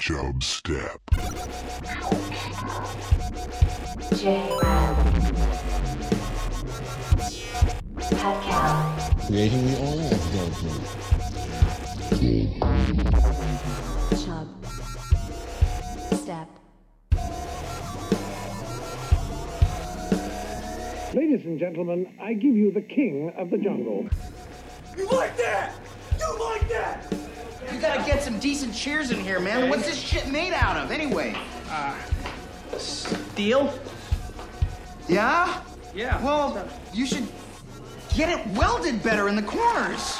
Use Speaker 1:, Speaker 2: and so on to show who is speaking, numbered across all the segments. Speaker 1: Job Step.
Speaker 2: Creating the oil of
Speaker 3: Chub. Step.
Speaker 4: Ladies and gentlemen, I give you the king of the jungle.
Speaker 5: You like that? You like that?
Speaker 6: You gotta get some decent cheers in here, man. What's this shit made out of, anyway?
Speaker 7: Deal?
Speaker 6: Yeah?
Speaker 7: Yeah.
Speaker 6: Well, you should get it welded better in the corners.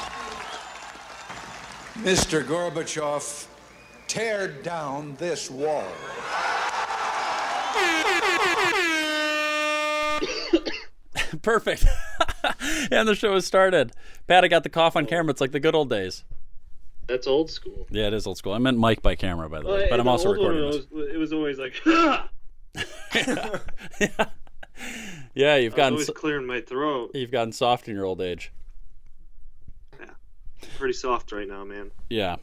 Speaker 8: Mr. Gorbachev, tear down this wall.
Speaker 9: Perfect. and the show has started. Pat, I got the cough on camera. It's like the good old days.
Speaker 10: That's old school.
Speaker 9: Yeah, it is old school. I meant mic by camera, by the way, but
Speaker 10: in
Speaker 9: I'm
Speaker 10: the
Speaker 9: also
Speaker 10: old one,
Speaker 9: recording
Speaker 10: it
Speaker 9: this.
Speaker 10: was- It was always like, "Huh!"
Speaker 9: Yeah,
Speaker 10: I was
Speaker 9: you've gotten
Speaker 10: always
Speaker 9: so-
Speaker 10: clearing my throat.
Speaker 9: you've gotten soft in your old age.
Speaker 10: Pretty soft right now, man.
Speaker 9: Yeah.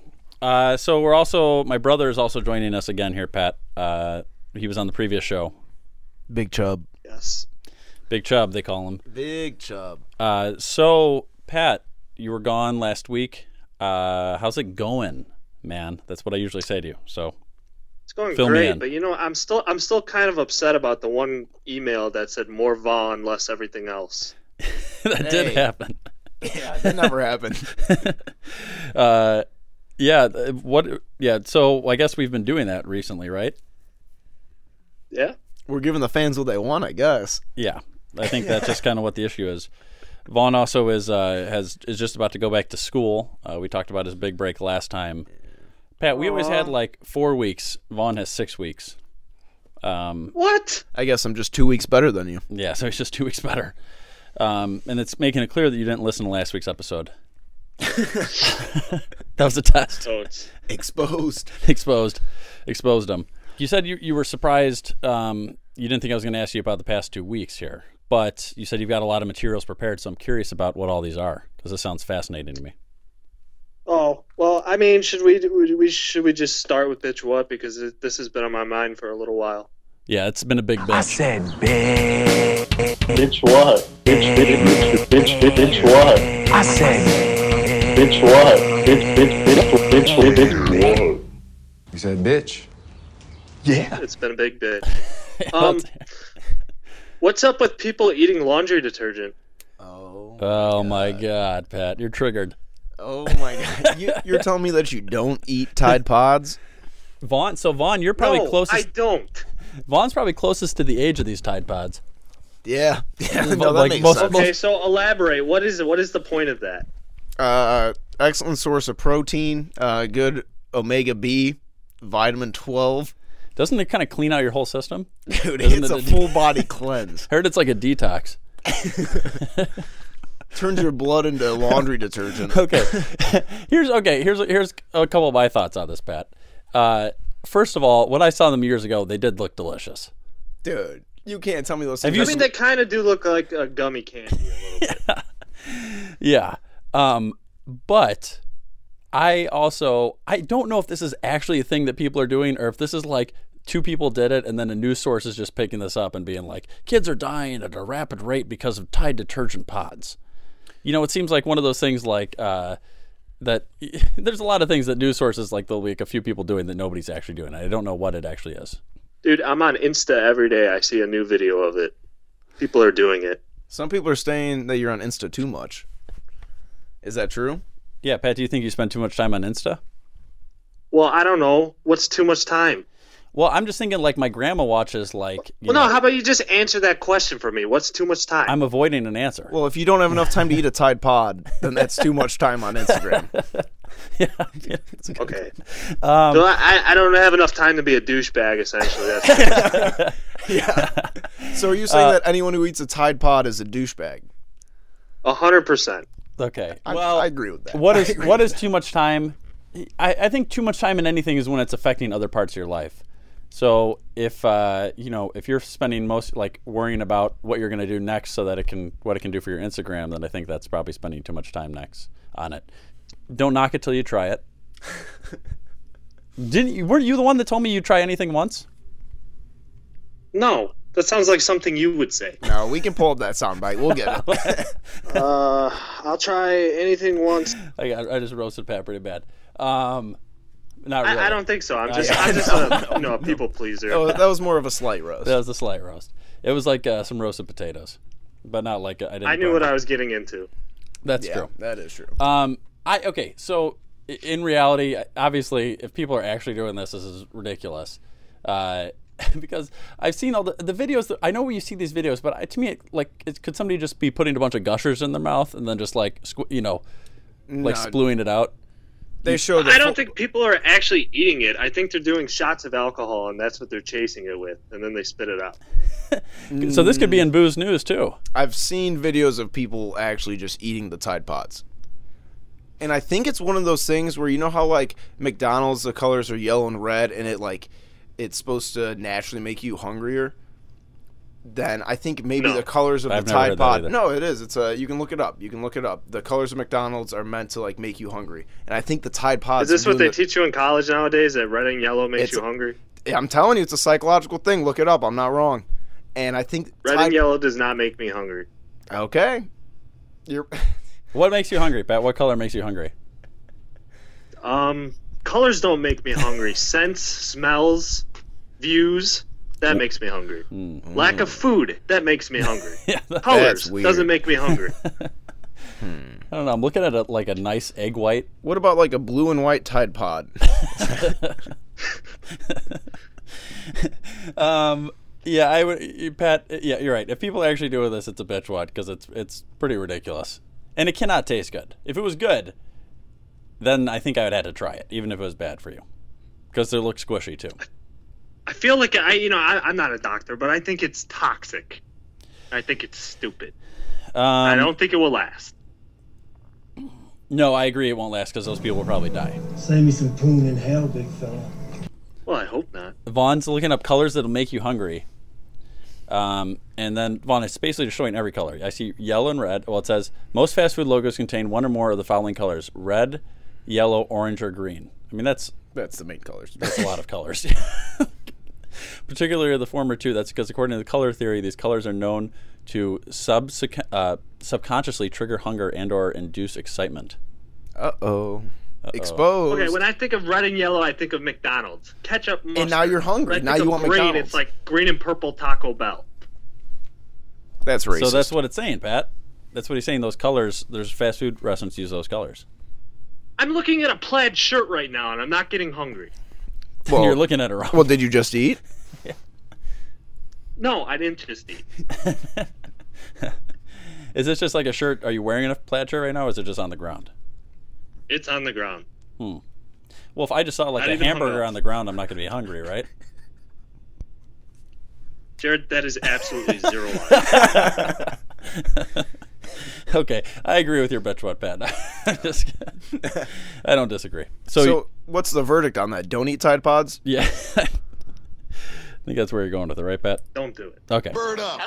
Speaker 9: Uh, so we're also my brother is also joining us again here, Pat. Uh, he was on the previous show,
Speaker 11: Big Chub.
Speaker 10: Yes.
Speaker 9: Big Chub they call him.
Speaker 11: Big Chub.
Speaker 9: Uh, so Pat, you were gone last week. Uh, how's it going, man? That's what I usually say to you. So
Speaker 10: It's going
Speaker 9: Fill me in.
Speaker 10: great, but you know, I'm still I'm still kind of upset about the one email that said more Vaughn, less everything else.
Speaker 9: that did
Speaker 11: Hey.
Speaker 9: happen.
Speaker 11: Yeah, that never happened.
Speaker 9: Uh, yeah. th- What? Yeah. So I guess we've been doing that recently, right?
Speaker 10: Yeah.
Speaker 11: We're giving the fans what they want, I guess.
Speaker 9: Yeah, I think that's just kind of what the issue is. Vaughn also is uh, has is just about to go back to school. Uh, we talked about his big break last time. Pat, we always had like four weeks. Vaughn has six weeks. Um,
Speaker 10: What?
Speaker 11: I guess I'm just two weeks better than you.
Speaker 9: yeah, so he's just two weeks better. Um, and it's making it clear that you didn't listen to last week's episode. that was a test.
Speaker 10: So Oh, it's
Speaker 11: Exposed.
Speaker 9: Exposed, exposed him. You said you, you were surprised. Um, you didn't think I was going to ask you about the past two weeks here, but you said you've got a lot of materials prepared, so I'm curious about what all these are because this sounds fascinating to me.
Speaker 10: oh well. I mean, should we do- we should we just start with bitch what because it, this has been on my mind for a little while.
Speaker 9: Yeah, it's been a big bitch.
Speaker 7: said big.
Speaker 5: Bitch what? Bitch bitch bitch bitch bitch bitch what?
Speaker 7: I said
Speaker 5: Bitch what? Bitch bitch bitch bitch bitch bitch what?
Speaker 8: You said, bitch.
Speaker 10: It's been a big bitch. Um, what's up with people eating laundry detergent?
Speaker 11: Oh.
Speaker 9: oh my god, Pat, you're triggered.
Speaker 11: Oh my god. You, you're telling me that you don't eat Tide Pods?
Speaker 9: Vaughn, so Vaughn, you're probably
Speaker 10: no, I
Speaker 9: closest.
Speaker 10: don't.
Speaker 9: Vaughn's probably closest to the age of these Tide Pods.
Speaker 11: Yeah. Yeah. No, that
Speaker 9: Like
Speaker 11: makes
Speaker 9: most-
Speaker 11: sense.
Speaker 10: Okay, so elaborate. What is what is the point of that?
Speaker 11: Uh, excellent source of protein. Uh, good omega B, vitamin 12.
Speaker 9: Doesn't it kind of clean out your whole system?
Speaker 11: Dude,
Speaker 9: Isn't
Speaker 11: it's
Speaker 9: it
Speaker 11: a
Speaker 9: a-
Speaker 11: full body cleanse.
Speaker 9: Heard it's like a detox.
Speaker 11: Turns your blood into laundry detergent.
Speaker 9: okay. here's okay. Here's here's a couple of my thoughts on this, Pat. Uh, first of all, when I saw them years ago, they did look delicious.
Speaker 11: Dude, you can't tell me those
Speaker 9: Have
Speaker 11: things.
Speaker 9: you
Speaker 10: I mean, they kind of do look like a gummy candy.
Speaker 9: Yeah. Um, but I also I don't know if this is actually a thing that people are doing or if this is like two people did it and then a news source is just picking this up and being like, kids are dying at a rapid rate because of Tide detergent pods. You know, it seems like one of those things like uh, that there's a lot of things that news sources like there'll be like a few people doing that nobody's actually doing. I don't know what it actually is.
Speaker 10: Dude, I'm on Insta every day. I see a new video of it. People are doing it.
Speaker 11: Some people are saying that you're on Insta too much. Is that true?
Speaker 9: Yeah, Pat, do you think you spend too much time on Insta?
Speaker 10: Well, I don't know. What's too much time?
Speaker 9: Well, I'm just thinking like my grandma watches like you
Speaker 10: Well,
Speaker 9: know,
Speaker 10: no, how about you just answer that question for me? What's too much time?
Speaker 9: I'm avoiding an answer.
Speaker 11: Well, if you don't have enough time to eat a Tide Pod, then that's too much time on Instagram.
Speaker 10: okay. so I, I- I don't have enough time to be a douchebag, essentially. That's,
Speaker 11: So are you saying that anyone who eats a Tide Pod is a douchebag?
Speaker 10: 100%.
Speaker 9: Okay.
Speaker 11: I,
Speaker 9: well,
Speaker 11: I agree with that.
Speaker 9: what is what is too much time? I, I think too much time in anything is when it's affecting other parts of your life. So if uh, you know if you're spending most like worrying about what you're going to do next, so that it can what it can do for your Instagram, then I think that's probably spending too much time next on it. Don't knock it till you try it. Didn't you? Weren't you the one that told me you try anything once?
Speaker 10: No, that sounds like something you would say.
Speaker 11: No, we can pull up that soundbite. We'll get it.
Speaker 10: Uh, I'll try anything once.
Speaker 9: Like I, I just roasted Pat pretty bad. Um, not really.
Speaker 10: I, I don't think so. I'm just,
Speaker 9: yeah,
Speaker 10: I'm just a you know, a people pleaser.
Speaker 11: Oh, that was more of a slight roast.
Speaker 9: That was a slight roast. It was like uh, some roasted potatoes, but not like uh, I didn't.
Speaker 10: I knew what I was getting into.
Speaker 9: That's
Speaker 11: yeah,
Speaker 9: true.
Speaker 11: that is true.
Speaker 9: Um, I okay. So i- in reality, I- obviously, if people are actually doing this, this is ridiculous. Uh, because I've seen all the the videos. That, I know where you see these videos, but I, to me, it, like, it, could somebody just be putting a bunch of gushers in their mouth and then just like, squ- you know, like
Speaker 11: No.
Speaker 9: spluing it out?
Speaker 11: they showed. the
Speaker 10: I don't
Speaker 11: full-
Speaker 10: think people are actually eating it. I think they're doing shots of alcohol, and that's what they're chasing it with, and then they spit it out.
Speaker 9: So this could be in booze news too.
Speaker 11: Mm. I've seen videos of people actually just eating the Tide Pods. And I think it's one of those things where you know how like McDonald's the colors are yellow and red and it like it's supposed to naturally make you hungrier. Then I think maybe
Speaker 10: No.
Speaker 11: the colors of
Speaker 9: I've
Speaker 11: the
Speaker 9: never
Speaker 11: Tide
Speaker 9: heard that
Speaker 11: Pod.
Speaker 9: either.
Speaker 11: No, it is. It's a you can look it up. You can look it up. The colors of McDonald's are meant to like make you hungry. And I think the Tide
Speaker 10: Is
Speaker 11: Pods
Speaker 10: this
Speaker 11: are
Speaker 10: what they
Speaker 11: doing
Speaker 10: teach you in college nowadays? That red and yellow makes
Speaker 11: It's-
Speaker 10: you hungry.
Speaker 11: the- I'm telling you, it's a psychological thing. Look it up. I'm not wrong. And I think
Speaker 10: Red
Speaker 11: Tide-
Speaker 10: and yellow does not make me hungry.
Speaker 11: Okay. You're
Speaker 9: What makes you hungry, Pat? What color makes you hungry?
Speaker 10: Um, colors don't make me hungry. Scents, smells, views, that makes me hungry. Lack of food, that makes me hungry.
Speaker 9: Yeah, that-
Speaker 10: Colors
Speaker 11: weird.
Speaker 10: doesn't make me hungry.
Speaker 9: I don't know. I'm looking at a, like a nice egg white.
Speaker 11: What about like a blue and white Tide Pod?
Speaker 9: Um, yeah, I would, you- Pat. Yeah, you're right. If people are actually doing this, it's a bitch what because it's it's pretty ridiculous, and it cannot taste good. If it was good, then I think I would have to try it, even if it was bad for you, because they look squishy too.
Speaker 10: I feel like I, you know, I, I'm not a doctor, but I think it's toxic. I think it's stupid.
Speaker 9: Um,
Speaker 10: I don't think it will last.
Speaker 9: No, I agree. It won't last because those people will probably die.
Speaker 1: Save me some poon in hell, big fella.
Speaker 10: Well, I hope not.
Speaker 9: Vaughn's looking up colors that'll make you hungry. Um, and then Vaughn, it's basically just showing every color. I see yellow and red. Well, it says most fast food logos contain one or more of the following colors: red, yellow, orange, or green. I mean, that's
Speaker 11: That's the main colors.
Speaker 9: that's a lot of colors. Particularly the former two. That's because according to the color theory, these colors are known to sub uh, subconsciously trigger hunger and/or induce excitement.
Speaker 11: Uh oh. Exposed.
Speaker 10: Okay, when I think of red and yellow, I think of McDonald's ketchup. Mustard.
Speaker 11: now you're hungry.
Speaker 10: When I
Speaker 11: Now
Speaker 10: think
Speaker 11: you
Speaker 10: of
Speaker 11: want
Speaker 10: green,
Speaker 11: McDonald's.
Speaker 10: It's like green and purple Taco Bell.
Speaker 11: that's racist.
Speaker 9: So that's what it's saying, Pat. That's what he's saying. Those colors. There's fast food restaurants use those colors.
Speaker 10: I'm looking at a plaid shirt right now, and I'm not getting hungry.
Speaker 11: well,
Speaker 9: You're looking at it wrong.
Speaker 11: well, did you just eat?
Speaker 10: No, I didn't just eat.
Speaker 9: Is this just like a shirt? Are you wearing a plaid shirt right now, or is it just on the ground?
Speaker 10: It's on the ground.
Speaker 9: Well, if I just saw like
Speaker 10: Not
Speaker 9: a
Speaker 10: even
Speaker 9: hamburger
Speaker 10: hungry.
Speaker 9: on the ground, I'm not going to be hungry, right?
Speaker 10: Jared, that is absolutely zero life.
Speaker 9: okay, I agree with your bitch what, Pat. I'm just kidding. I don't disagree. So,
Speaker 11: So what's the verdict on that? Don't eat Tide Pods?
Speaker 9: yeah, I think that's where you're going with it, right, Pat?
Speaker 10: Don't do it.
Speaker 9: Okay,
Speaker 8: Bird up.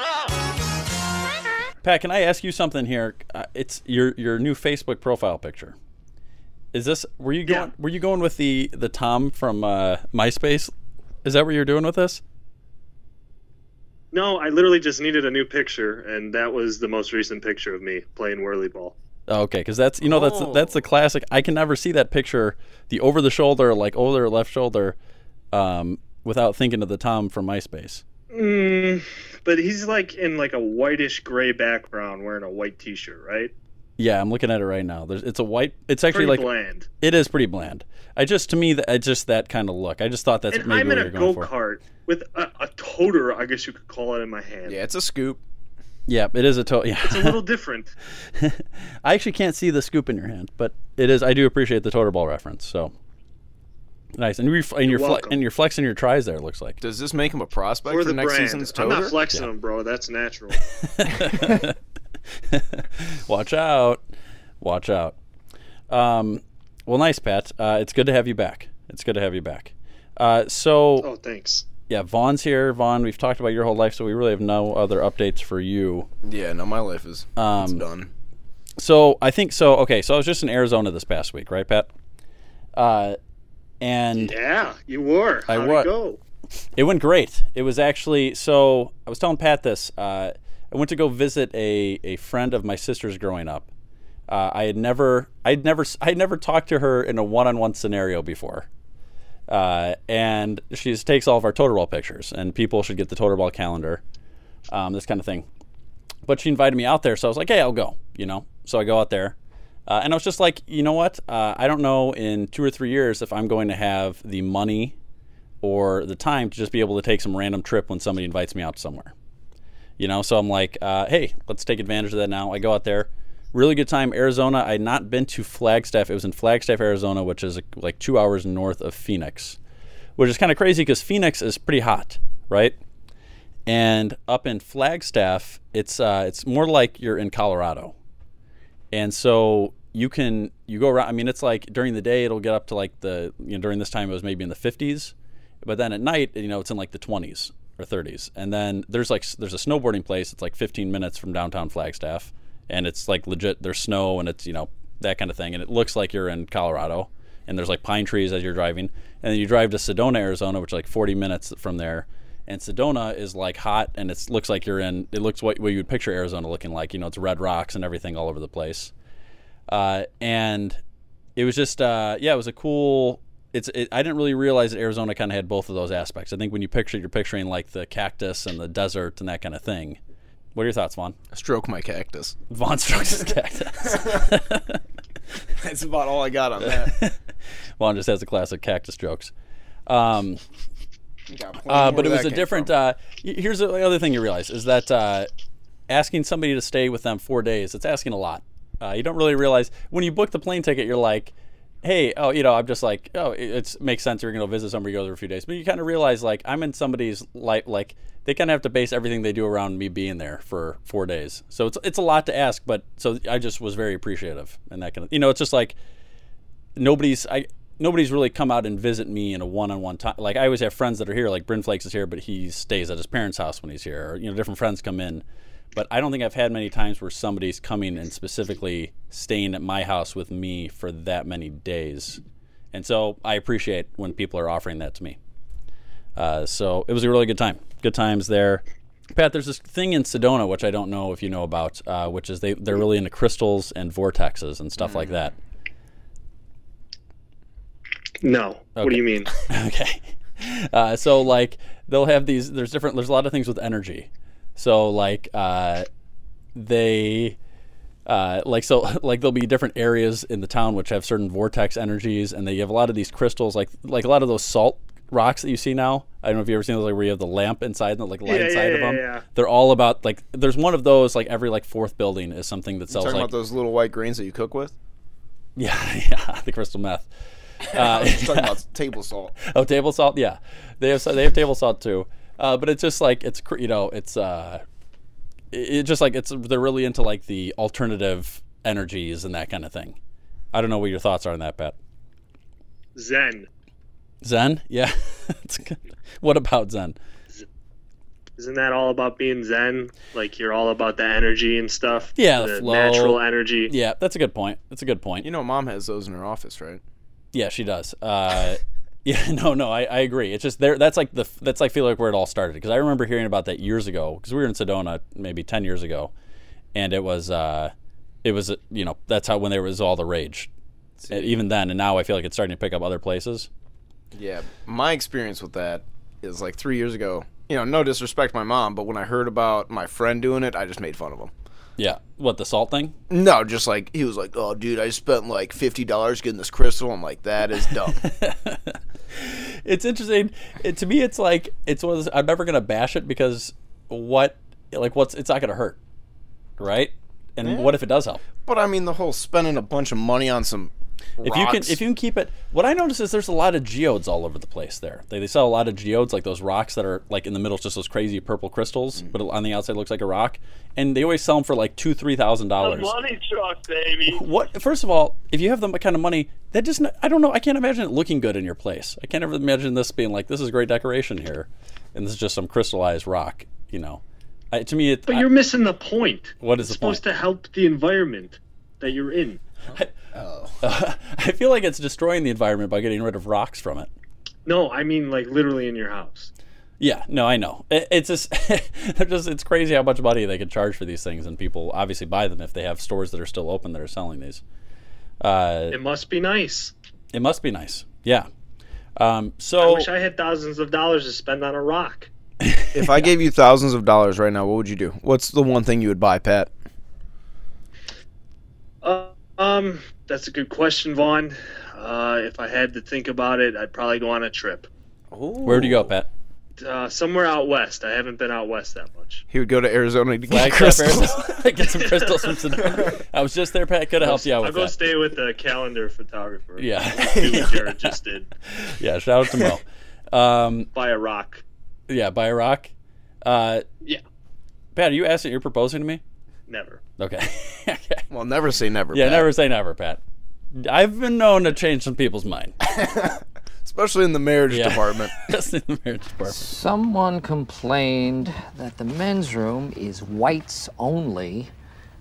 Speaker 9: Pat, can I ask you something here? Uh, it's your your new Facebook profile picture. Is this were you going
Speaker 10: Yeah.
Speaker 9: were you going with the the Tom from uh, MySpace? Is that what you're doing with this?
Speaker 10: No, I literally just needed a new picture, and that was the most recent picture of me playing whirly ball.
Speaker 9: Oh, okay, because that's you know that's that's the classic. I can never see that picture, the over the shoulder, like over the left shoulder, um, without thinking of the Tom from MySpace.
Speaker 10: Mm, but he's like in like a whitish gray background, wearing a white T-shirt, right?
Speaker 9: Yeah, I'm looking at it right now. There's, it's a white. It's actually
Speaker 10: Pretty
Speaker 9: like
Speaker 10: bland.
Speaker 9: it is pretty bland. I just to me that I just that kind of look. I just thought that's
Speaker 10: And
Speaker 9: maybe
Speaker 10: I'm
Speaker 9: what
Speaker 10: in
Speaker 9: you're
Speaker 10: a
Speaker 9: going
Speaker 10: go
Speaker 9: for.
Speaker 10: kart with a, a toter, I guess you could call it, in my hand.
Speaker 11: Yeah, it's a scoop.
Speaker 9: Yeah, it is a total. Yeah,
Speaker 10: It's a little different.
Speaker 9: I actually can't see the scoop in your hand, but it is. I do appreciate the toter ball reference. So nice, and, you're, and you're, fle-
Speaker 10: welcome.
Speaker 9: and you're flexing your tries there. It looks like.
Speaker 11: Does this make him a prospect
Speaker 10: Or
Speaker 11: for
Speaker 10: the
Speaker 11: next
Speaker 10: brand.
Speaker 11: season's
Speaker 10: I'm
Speaker 11: toter?
Speaker 10: not flexing them, bro. That's natural.
Speaker 9: Watch out. Watch out. Um, well, nice, Pat. Uh, it's good to have you back. It's good to have you back. Uh, so,
Speaker 10: oh, thanks.
Speaker 9: yeah, Vaughn's here. Vaughn, we've talked about your whole life, so we really have no other updates for you.
Speaker 11: yeah, no, my life is
Speaker 9: Um,
Speaker 11: it's done.
Speaker 9: So, I think so. Okay, so I was just in Arizona this past week, right, Pat? Uh, and
Speaker 10: Yeah, you were.
Speaker 9: I
Speaker 10: How'd
Speaker 9: wa-
Speaker 10: it go?
Speaker 9: it went great. It was actually so. I was telling Pat this. Uh, I went to go visit a, a friend of my sister's growing up. Uh, I had never, I'd never, I'd never talked to her in a one-on-one scenario before. Uh, and she just takes all of our total ball pictures, and people should get the total ball calendar, um, this kind of thing. But she invited me out there, so I was like, "Hey, I'll go," you know. So I go out there, uh, and I was just like, "You know what? Uh, I don't know in two or three years if I'm going to have the money or the time to just be able to take some random trip when somebody invites me out somewhere. You know, so I'm like, uh, hey, let's take advantage of that now. I go out there. Really good time. Arizona. I had not been to Flagstaff. It was in Flagstaff, Arizona, which is like two hours north of Phoenix, which is kind of crazy because Phoenix is pretty hot, right? And up in Flagstaff, it's uh, it's more like you're in Colorado, and so you can you go around. I mean, it's like during the day it'll get up to like the you know during this time it was maybe in the 50s, but then at night you know it's in like the 20s or 30s and then there's like s- there's a snowboarding place it's like 15 minutes from downtown flagstaff and it's like legit there's snow and it's you know that kind of thing and it looks like you're in colorado and there's like pine trees as you're driving and then you drive to sedona arizona which is like 40 minutes from there and sedona is like hot and it looks like you're in it looks what, what you would picture arizona looking like you know it's red rocks and everything all over the place uh, and it was just uh, yeah, it was a cool. It's it, I didn't really realize that Arizona kind of had both of those aspects. I think when you picture, it, you're picturing like the cactus and the desert and that kind of thing. What are your thoughts, Vaughn?
Speaker 11: Stroke my cactus.
Speaker 9: Vaughn strokes his cactus.
Speaker 11: That's about all I got on that.
Speaker 9: Vaughn just has the classic cactus jokes. Um,
Speaker 11: Got plenty
Speaker 9: uh,
Speaker 11: more
Speaker 9: but it
Speaker 11: where
Speaker 9: was
Speaker 11: that
Speaker 9: a
Speaker 11: came
Speaker 9: different.
Speaker 11: from.
Speaker 9: Uh, y- here's the other thing you realize is that uh, asking somebody to stay with them four days, it's asking a lot. Uh, you don't really realize when you book the plane ticket, you're like, hey, oh, you know, I'm just like, oh, it it's, makes sense. You're going to visit somebody, you go there for a few days. But you kind of realize, like, I'm in somebody's life, like, they kind of have to base everything they do around me being there for four days. So it's, it's a lot to ask, but so I just was very appreciative and that kind of, you know, it's just like, nobody's I nobody's really come out and visit me in a one-on-one time. Like I always have friends that are here, like Bryn Flakes is here, but he stays at his parents' house when he's here. Or, you know, different friends come in, but I don't think I've had many times where somebody's coming and specifically staying at my house with me for that many days. And so I appreciate when people are offering that to me. Uh, so it was a really good time. Good times there. Pat, there's this thing in Sedona which I don't know if you know about, uh, which is they they're really into crystals and vortexes and stuff like that.
Speaker 10: No. What do you mean?
Speaker 9: Okay. Uh, so like they'll have these. There's different. There's a lot of things with energy. So like uh, they. Uh, like so, like there'll be different areas in the town which have certain vortex energies, and they have a lot of these crystals, like like a lot of those salt rocks that you see now. I don't know if you have ever seen those, like where you have the lamp inside and the like light
Speaker 10: Yeah, yeah,
Speaker 9: inside of
Speaker 10: yeah,
Speaker 9: them.
Speaker 10: yeah.
Speaker 9: They're all about like there's one of those like every like fourth building is something that sells
Speaker 11: Talking
Speaker 9: like
Speaker 11: about those little white grains that you cook with.
Speaker 9: yeah yeah the crystal meth. Uh,
Speaker 11: I was just talking about table salt.
Speaker 9: Oh, table salt. Yeah, they have they have table salt too. Uh, but it's just like it's cr- you know it's uh, it- it's just like it's they're really into like the alternative energies and that kind of thing. I don't know what your thoughts are on that, Pat.
Speaker 10: Zen.
Speaker 9: Zen, yeah. It's good. What about Zen?
Speaker 10: Isn't that all about being Zen? Like you're all about the energy and stuff.
Speaker 9: Yeah, the
Speaker 10: the
Speaker 9: flow.
Speaker 10: natural energy.
Speaker 9: Yeah, that's a good point. That's a good point.
Speaker 11: You know, mom has those in her office, right?
Speaker 9: Yeah, she does. Uh, yeah, no, no, I, I agree. It's just there. That's like the that's like feel like where it all started because I remember hearing about that years ago because we were in Sedona maybe ten years ago, and it was uh, it was uh, you know that's how when there was all the rage, And even then and now I feel like it's starting to pick up other places.
Speaker 11: Yeah, my experience with that is like three years ago. You know, no disrespect to my mom, but when I heard about my friend doing it, I just made fun of him.
Speaker 9: Yeah, what the salt thing?
Speaker 11: No, just like he was like, "Oh, dude, I spent like fifty dollars getting this crystal." I'm like, "That is dumb."
Speaker 9: it's interesting. It, to me, it's like it's one of those, I'm never gonna bash it because what like what's it's not gonna hurt, right? And what if it does help?
Speaker 11: but I mean, the whole spending a bunch of money on some
Speaker 9: If you can, if you can keep it, what I notice is there's a lot of geodes all over the place. There, they, they sell a lot of geodes, like those rocks that are like in the middle, it's just those crazy purple crystals,
Speaker 10: Mm-hmm.
Speaker 9: but on the outside looks like a rock, and they always sell them for like two, three thousand dollars.
Speaker 10: truck, baby.
Speaker 9: What? First of all, if you have the kind of money, that just n- I don't know. I can't imagine it looking good in your place. I can't ever imagine this being like this is great decoration here, and this is just some crystallized rock. You know, I, to me, it,
Speaker 10: But
Speaker 9: I-
Speaker 10: you're missing the point.
Speaker 9: What is
Speaker 10: it's
Speaker 9: the point?
Speaker 10: supposed to help the environment that you're in.
Speaker 9: I feel like it's destroying the environment by getting rid of rocks from it.
Speaker 10: No, I mean like literally in your house.
Speaker 9: Yeah, no, I know. It, it's just, they're just, it's crazy how much money they can charge for these things, and people obviously buy them if they have stores that are still open that are selling these. Uh,
Speaker 10: It must be nice.
Speaker 9: it must be nice. Yeah. Um,
Speaker 10: I
Speaker 9: so
Speaker 10: wish I had thousands of dollars to spend on a rock.
Speaker 11: If I gave you thousands of dollars right now, what would you do? What's the one thing you would buy, Pat?
Speaker 10: Uh, um, that's a good question, Vaughn. Uh, if I had to think about it, I'd probably go on a trip.
Speaker 9: where would you go, Pat?
Speaker 10: Uh, somewhere out west. I haven't been out west that much.
Speaker 11: He would go to Arizona to get
Speaker 9: Flagstaff,
Speaker 11: crystals.
Speaker 9: Arizona. Get some crystals from Sonoma. I was just there, Pat. Could have helped you out
Speaker 10: I'll
Speaker 9: with
Speaker 10: go
Speaker 9: that.
Speaker 10: stay with the calendar photographer.
Speaker 9: yeah,
Speaker 10: Do what Jared just did.
Speaker 9: yeah. Shout out to Mo. Um,
Speaker 10: Buy a rock.
Speaker 9: yeah, buy a rock. Uh,
Speaker 10: Yeah.
Speaker 9: Pat, are you asking? You're proposing to me?
Speaker 10: Never.
Speaker 9: Okay. okay.
Speaker 11: Well, never say never.
Speaker 9: Yeah,
Speaker 11: Pat.
Speaker 9: never say never, Pat. I've been known to change some people's mind.
Speaker 11: Especially in the marriage
Speaker 9: Yeah.
Speaker 11: department.
Speaker 9: Just in the marriage department.
Speaker 12: Someone complained that the men's room is whites only.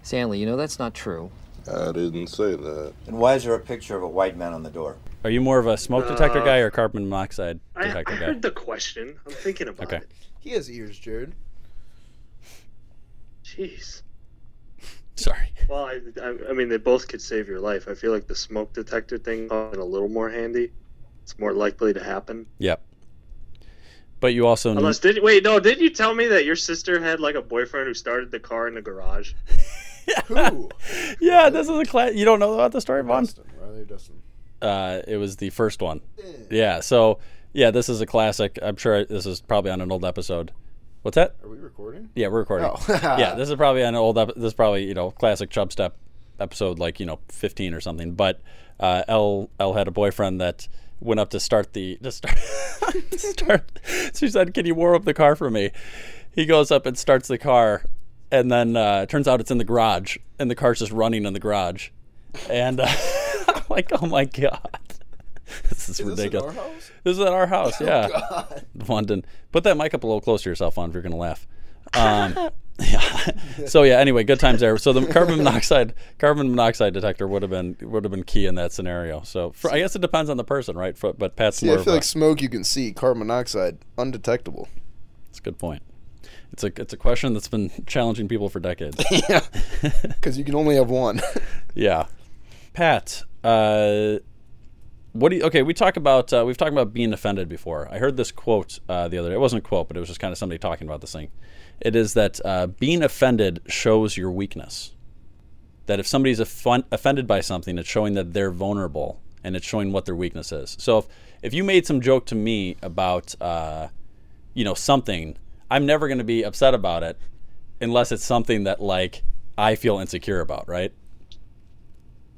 Speaker 12: Stanley, you know that's not true.
Speaker 13: I didn't say that.
Speaker 14: And why is there a picture of a white man on the door?
Speaker 9: Are you more of a smoke detector
Speaker 14: Uh,
Speaker 9: guy or carbon monoxide
Speaker 10: I,
Speaker 9: detector
Speaker 10: I
Speaker 9: guy?
Speaker 10: heard the question. I'm thinking about
Speaker 9: Okay.
Speaker 10: it.
Speaker 11: He has ears, Jared.
Speaker 10: Jeez.
Speaker 9: Sorry.
Speaker 10: Well, I, I, I mean, they both could save your life. I feel like the smoke detector thing is a little more handy. It's more likely to happen.
Speaker 9: Yep. But you also
Speaker 10: Unless did wait no did you tell me that your sister had like a boyfriend who started the car in the garage?
Speaker 9: yeah, this is a class. You don't know about the story, Vaughn?
Speaker 13: Riley Dustin.
Speaker 9: Uh, it was the first one. Yeah. So yeah, this is a classic. I'm sure this is probably on an old episode. What's that?
Speaker 13: Are we recording?
Speaker 9: Yeah, we're recording.
Speaker 13: Oh.
Speaker 9: yeah, this is probably an old. Ep- this is probably you know classic Chub Step episode, like you know 15 or something. But uh, L L had a boyfriend that went up to start the to start. to start she said, "Can you warm up the car for me?" He goes up and starts the car, and then uh, turns out it's in the garage, and the car's just running in the garage, and uh, I'm like, "Oh my god." This is,
Speaker 13: this at
Speaker 9: ridiculous.
Speaker 13: our house?
Speaker 9: This is at our house,
Speaker 13: Oh,
Speaker 9: yeah.
Speaker 13: God.
Speaker 9: Vaughn didn't. Put that mic up a little close to yourself, Vaughn, if you're going to laugh. Um, yeah. So yeah. Anyway, good times there. So the carbon monoxide carbon monoxide detector would have been would have been key in that scenario. So for, I guess it depends on the person, right? For, but Pat's
Speaker 11: See,
Speaker 9: more.
Speaker 11: I
Speaker 9: of
Speaker 11: feel
Speaker 9: a-
Speaker 11: like smoke you can see, carbon monoxide, undetectable.
Speaker 9: it's a good point. It's a it's a question that's been challenging people for decades.
Speaker 11: yeah. Because you can only have one.
Speaker 9: yeah, Pat. Uh, what do you? Okay, we talk about uh, we've talked about being offended before. I heard this quote uh, the other day. It wasn't a quote, but it was just kind of somebody talking about this thing. It is that uh, being offended shows your weakness. That if somebody's offend- offended by something, it's showing that they're vulnerable and it's showing what their weakness is. So if if you made some joke to me about uh, you know something, I'm never going to be upset about it unless it's something that like I feel insecure about, right?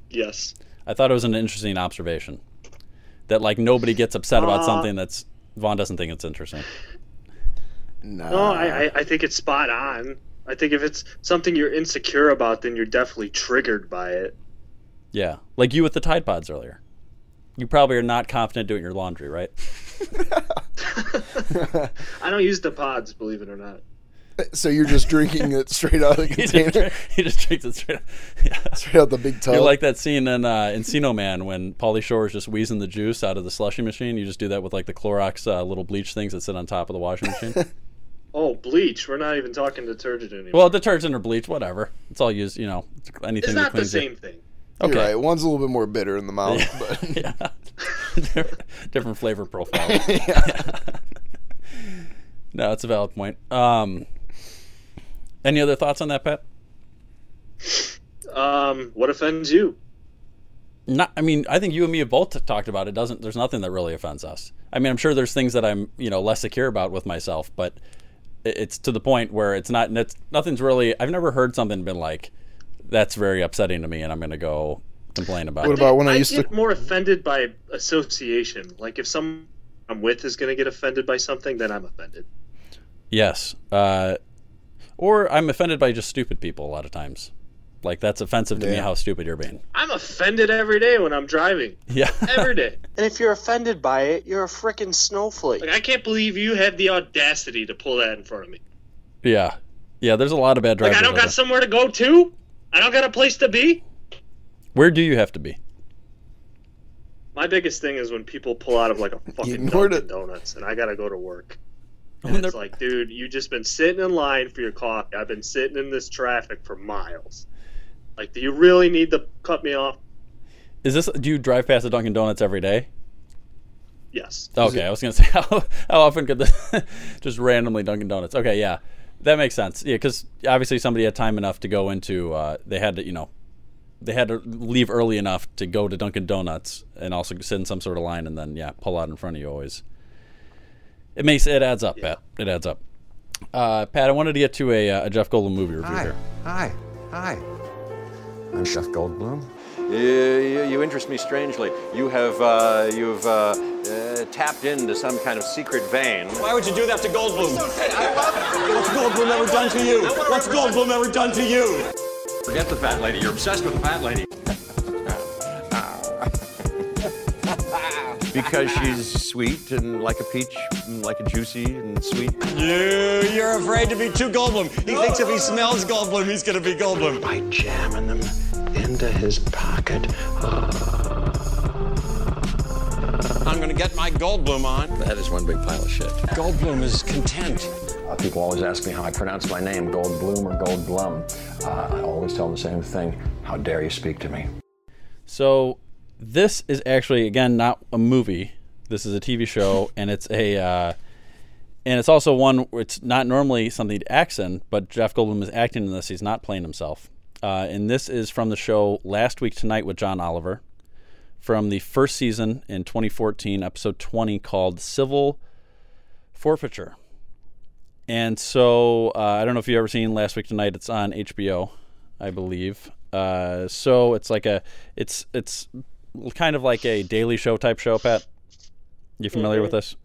Speaker 10: Yes.
Speaker 9: I thought it was an interesting observation that like nobody gets upset about
Speaker 10: Uh,
Speaker 9: something that's Vaughn doesn't think it's interesting.
Speaker 10: No, I, I I think it's spot on. I think if it's something you're insecure about, then you're definitely triggered by it.
Speaker 9: Yeah, like you with the Tide Pods earlier. You probably are not confident doing your laundry, right?
Speaker 10: I don't use the pods, believe it or not.
Speaker 11: so you're just drinking it straight out of the
Speaker 9: He just
Speaker 11: container,
Speaker 9: drank- he just drinks it straight. Yeah.
Speaker 11: straight out the big tub.
Speaker 9: You're like that scene in uh, Encino Man when Pauly Shore is just wheezing the juice out of the slushy machine. You just do that with like the Clorox uh, little bleach things that sit on top of the washing machine.
Speaker 10: Oh, bleach. We're not even talking detergent anymore.
Speaker 9: well, detergent or bleach, whatever. It's all used, you know, anything.
Speaker 10: it's
Speaker 9: that
Speaker 10: not the
Speaker 9: cleans it.
Speaker 10: same thing.
Speaker 11: You're
Speaker 9: okay.
Speaker 11: right. One's a little bit more bitter in the mouth, but
Speaker 9: yeah. different, different flavor profile. no, that's a valid point. Um, any other thoughts on that, Pat?
Speaker 10: Um, what offends you?
Speaker 9: Not, I mean, I think you and me have both talked about it. Doesn't there's nothing that really offends us. I mean, I'm sure there's things that I'm you know less secure about with myself, but i- it's to the point where it's not. It's, nothing's really. I've never heard something and been like, that's very upsetting to me, and I'm going to go complain about it.
Speaker 11: about when I used
Speaker 10: get
Speaker 11: to-
Speaker 10: more offended by association. Like if someone I'm with is going to get offended by something, then I'm offended.
Speaker 9: Yes. Uh, or I'm offended by just stupid people a lot of times. Like that's offensive to me
Speaker 10: Yeah.
Speaker 9: how stupid you're being.
Speaker 10: I'm offended every day when I'm driving.
Speaker 9: Yeah.
Speaker 10: Every day.
Speaker 15: And if you're offended by it, you're a frickin' snowflake.
Speaker 10: Like I can't believe you have the audacity to pull that in front of me.
Speaker 9: Yeah. Yeah, there's a lot of bad
Speaker 10: Like
Speaker 9: drivers.
Speaker 10: I don't
Speaker 9: out
Speaker 10: got somewhere to go to. I don't got a place to be.
Speaker 9: there. Where do you have to be?
Speaker 10: My biggest thing is when people pull out of like a fucking
Speaker 9: ignored
Speaker 10: Dunkin' Donuts and I gotta go to work. And it's like, dude, you just been sitting in line for your coffee. I've been sitting in this traffic for miles. Like, do you really need to cut me off?
Speaker 9: Is this? Do you drive past the Dunkin' Donuts every day?
Speaker 10: Yes.
Speaker 9: Okay, I was gonna say how, how often could this just randomly Dunkin' Donuts? Okay, yeah, that makes sense. Yeah, because obviously somebody had time enough to go into. Uh, they had to, you know, they had to leave early enough to go to Dunkin' Donuts and also sit in some sort of line and then yeah, pull out in front of you always. It makes it adds up, Pat. It adds up. Uh, Pat, I wanted to get to a, uh, a Jeff Goldblum movie review
Speaker 16: Hi.
Speaker 9: here.
Speaker 16: Hi. Hi.
Speaker 2: I'm Jeff Goldblum.
Speaker 16: You, you, you interest me strangely. You have uh, you've uh, uh, tapped into some kind of secret vein.
Speaker 17: Why would you do that to Goldblum?
Speaker 16: I love it.
Speaker 17: What's Goldblum ever done to you? What's Goldblum ever done to you?
Speaker 16: Forget the fat lady. You're obsessed with the fat lady. because she's sweet and like a peach, and like a juicy and sweet.
Speaker 17: You, you're afraid to be too Goldblum. He thinks if he smells Goldblum, he's gonna be Goldblum. By jamming them into his pocket. I'm gonna get my Goldblum on.
Speaker 16: That is one big pile of shit.
Speaker 17: Goldblum is content.
Speaker 18: Uh, people always ask me how I pronounce my name, Goldblum or Goldblum. Uh, I always tell them the same thing. How dare you speak to me?
Speaker 9: So this is actually again not a movie. This is a TV show, and it's a uh, and it's also one where it's not normally something to act in, but Jeff Goldblum is acting in this. He's not playing himself. Uh, and this is from the show Last Week Tonight with John Oliver, from the first season in 2014, episode 20, called Civil Forfeiture. And so uh, I don't know if you've ever seen Last Week Tonight. It's on HBO, I believe. Uh, so it's like a it's it's kind of like a Daily Show type show. Pat, you familiar with this?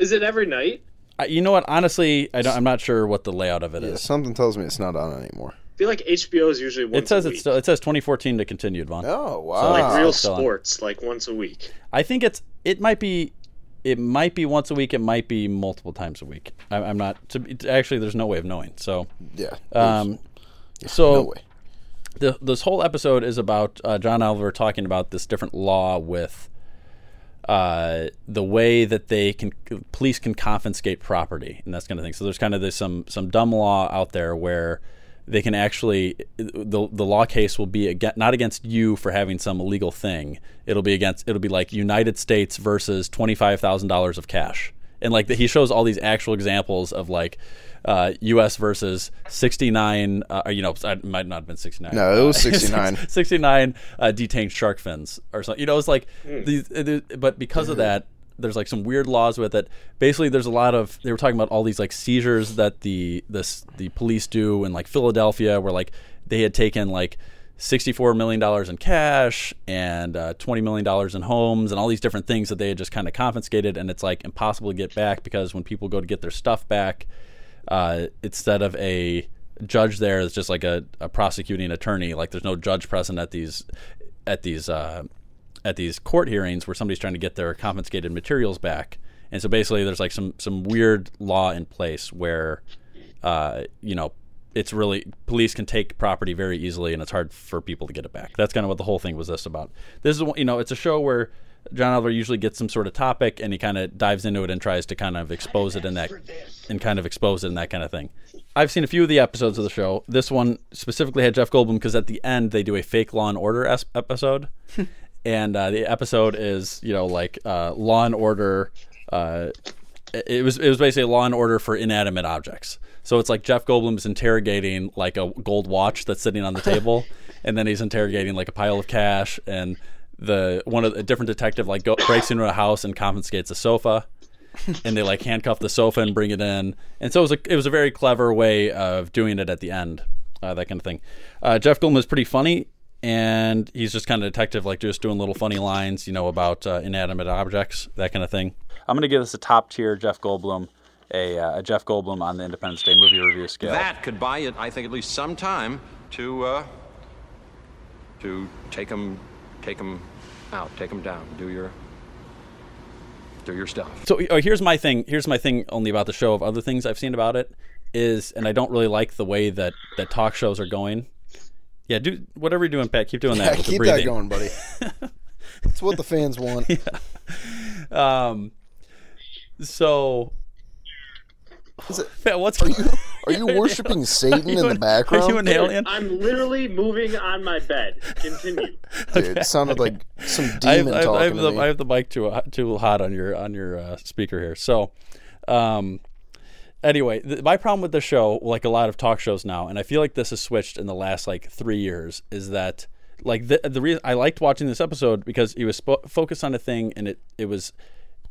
Speaker 10: Is it every night?
Speaker 9: I, you know what? Honestly, I don't, I'm not sure what the layout of it is.
Speaker 11: Something tells me it's not on anymore.
Speaker 10: I feel like HBO is usually once
Speaker 9: It says
Speaker 10: a week.
Speaker 9: it's still, it says 2014 to continue, Vaughn.
Speaker 11: Oh
Speaker 10: like real
Speaker 9: still on.
Speaker 10: sports, like once a week.
Speaker 9: I think it's it might be it might be once a week. It might be multiple times a week. I, I'm not to, be- to- actually. There's no way of knowing. So
Speaker 11: Yeah,
Speaker 9: Um, so The, this whole episode is about uh, John Oliver talking about this different law with uh, the way that they can police can confiscate property and that's kind of thing. So there's kind of this, some some dumb law out there where they can actually the the law case will be aga not against you for having some illegal thing. It'll be against it'll be like United States versus twenty five thousand dollars of cash. And like he shows all these actual examples of like uh, U.S. versus sixty nine. Uh, you know, it might not have been sixty nine.
Speaker 11: No, it was
Speaker 9: Uh,
Speaker 11: 69.
Speaker 9: 69 uh, detained shark fins or something. You know, it's like
Speaker 11: Mm.
Speaker 9: these, uh, th- but because of that, there's like some weird laws with it. Basically, there's a lot of they were talking about all these like seizures that the this the police do in like Philadelphia, where like they had taken like. $64 million in cash and uh, $20 million in homes and all these different things that they had just kind of confiscated. And it's like impossible to get back because when people go to get their stuff back, uh, instead of a judge there it's just like a, a prosecuting attorney like there's no judge present at these at these uh, at these court hearings where somebody's trying to get their confiscated materials back and so basically there's like some some weird law in place where uh, you know it's really police can take property very easily and it's hard for people to get it back that's kind of what the whole thing was this about this is one- you know it's a show where john oliver usually gets some sort of topic and he kind of dives into it and tries to kind of expose it in that and kind of expose it and that kind of thing I've seen a few of the episodes of the show. This one specifically had Jeff Goldblum because at the end they do a fake Law and Order es- episode, and uh, the episode is you know like uh, Law and Order. Uh, it it was it was basically Law and Order for inanimate objects. So it's like Jeff Goldblum is interrogating like a gold watch that's sitting on the table, and then he's interrogating like a pile of cash, and the one of a different detective like go, breaks into a house and confiscates a sofa and they like handcuff the sofa and bring it in. And so it was a it was a very clever way of doing it at the end, uh, that kind of thing. Uh, Jeff Goldblum is pretty funny, and he's just kind of detective, like just doing little funny lines, you know, about uh, inanimate objects, that kind of thing. I'm gonna give this a top tier Jeff Goldblum, a, uh, a Jeff Goldblum on the Independence Day movie review scale.
Speaker 16: That could buy it, I think, at least some time to uh, to take them, take 'em out, take them down, do your do your stuff.
Speaker 9: So oh, here's my thing. Here's my thing only about the show of other things I've seen about it is, and I don't really like the way that that talk shows are going. Yeah, do whatever you're doing, Pat. Keep doing that.
Speaker 11: Yeah,
Speaker 9: with the
Speaker 11: keep that
Speaker 9: breathing.
Speaker 11: going, buddy. That's what the fans want.
Speaker 9: Um, so. Pat, what's
Speaker 11: are you are you worshiping Satan
Speaker 9: Are you
Speaker 11: in the
Speaker 9: an- are
Speaker 11: background?
Speaker 9: you an alien?
Speaker 10: I'm literally moving on my bed. Continue.
Speaker 11: Dude, it sounded like some
Speaker 9: I have,
Speaker 11: demon
Speaker 9: I have- I
Speaker 11: talking
Speaker 9: have
Speaker 11: to
Speaker 9: the,
Speaker 11: me.
Speaker 9: I have the mic too uh, too hot on your on your uh, speaker here. So, um, anyway, th- my problem with the show, like a lot of talk shows now, and I feel like this has switched in the last like three years, is that like the the reason I liked watching this episode because it was spo- focused on a thing and it it was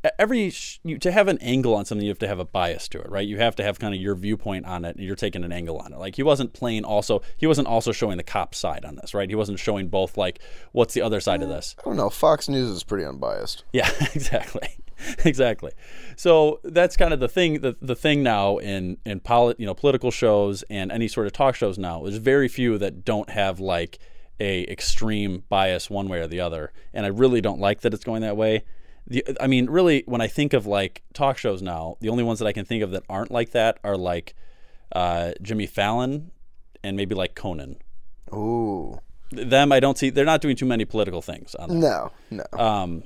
Speaker 9: e- every sh- you, to have an angle on something you have to have a bias to it right you have to have kind of your viewpoint on it and you're taking an angle on it like he wasn't playing also he wasn't also showing the cop side on this right he wasn't showing both like what's the other side of this
Speaker 11: I don't know. Fox News is pretty unbiased.
Speaker 9: yeah, exactly, exactly. So that's kind of the thing. The, the thing now in in polit, you know, political shows and any sort of talk shows now. There's very few that don't have like a extreme bias one way or the other. And I really don't like that it's going that way. The, I mean, really, when I think of like talk shows now, the only ones that I can think of that aren't like that are like uh, Jimmy Fallon and maybe like Conan.
Speaker 11: Ooh.
Speaker 9: Them, I don't see. They're not doing too many political things on there.
Speaker 11: No, no.
Speaker 9: Um,